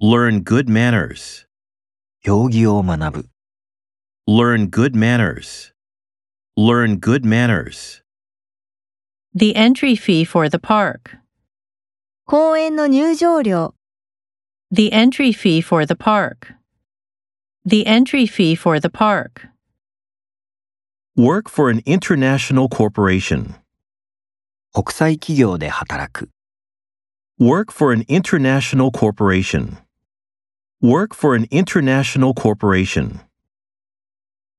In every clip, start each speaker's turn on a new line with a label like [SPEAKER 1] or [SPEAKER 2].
[SPEAKER 1] Learn good manners.
[SPEAKER 2] 行儀を学ぶ、
[SPEAKER 1] Learn good manners. Learn good manners.
[SPEAKER 3] The entry fee for the park.
[SPEAKER 4] 公園の入場料、
[SPEAKER 3] The entry fee for the park. The entry fee for the park.
[SPEAKER 1] Work for an international corporation.
[SPEAKER 2] 国際企業で働く、
[SPEAKER 1] Work for an international corporation. Work for an international corporation.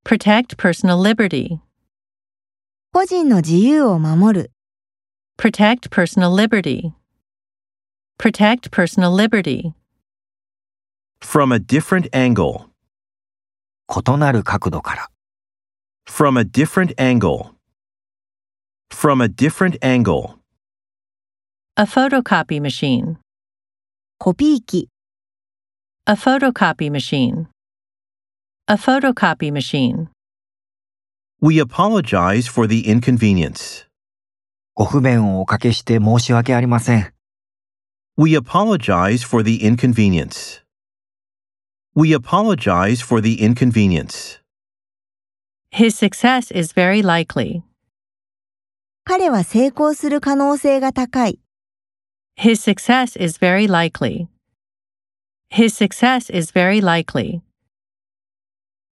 [SPEAKER 3] Protect personal liberty.
[SPEAKER 4] 個人の自由を守る、
[SPEAKER 3] Protect personal liberty. Protect personal liberty.
[SPEAKER 1] From a different angle.
[SPEAKER 2] 異なる角度から、
[SPEAKER 1] From a different angle. From a different angle.
[SPEAKER 3] A photocopy machine.
[SPEAKER 4] コピー機、
[SPEAKER 3] A photocopy machine. A photocopy machine.
[SPEAKER 1] We apologize for the inconvenience.
[SPEAKER 2] ご不便をおかけして申し訳ありません。
[SPEAKER 1] We apologize for the inconvenience. We apologize for the inconvenience.
[SPEAKER 3] His success is very likely.
[SPEAKER 4] 彼は成功する可能性が高い、
[SPEAKER 3] His success is very likely. His success is very likely.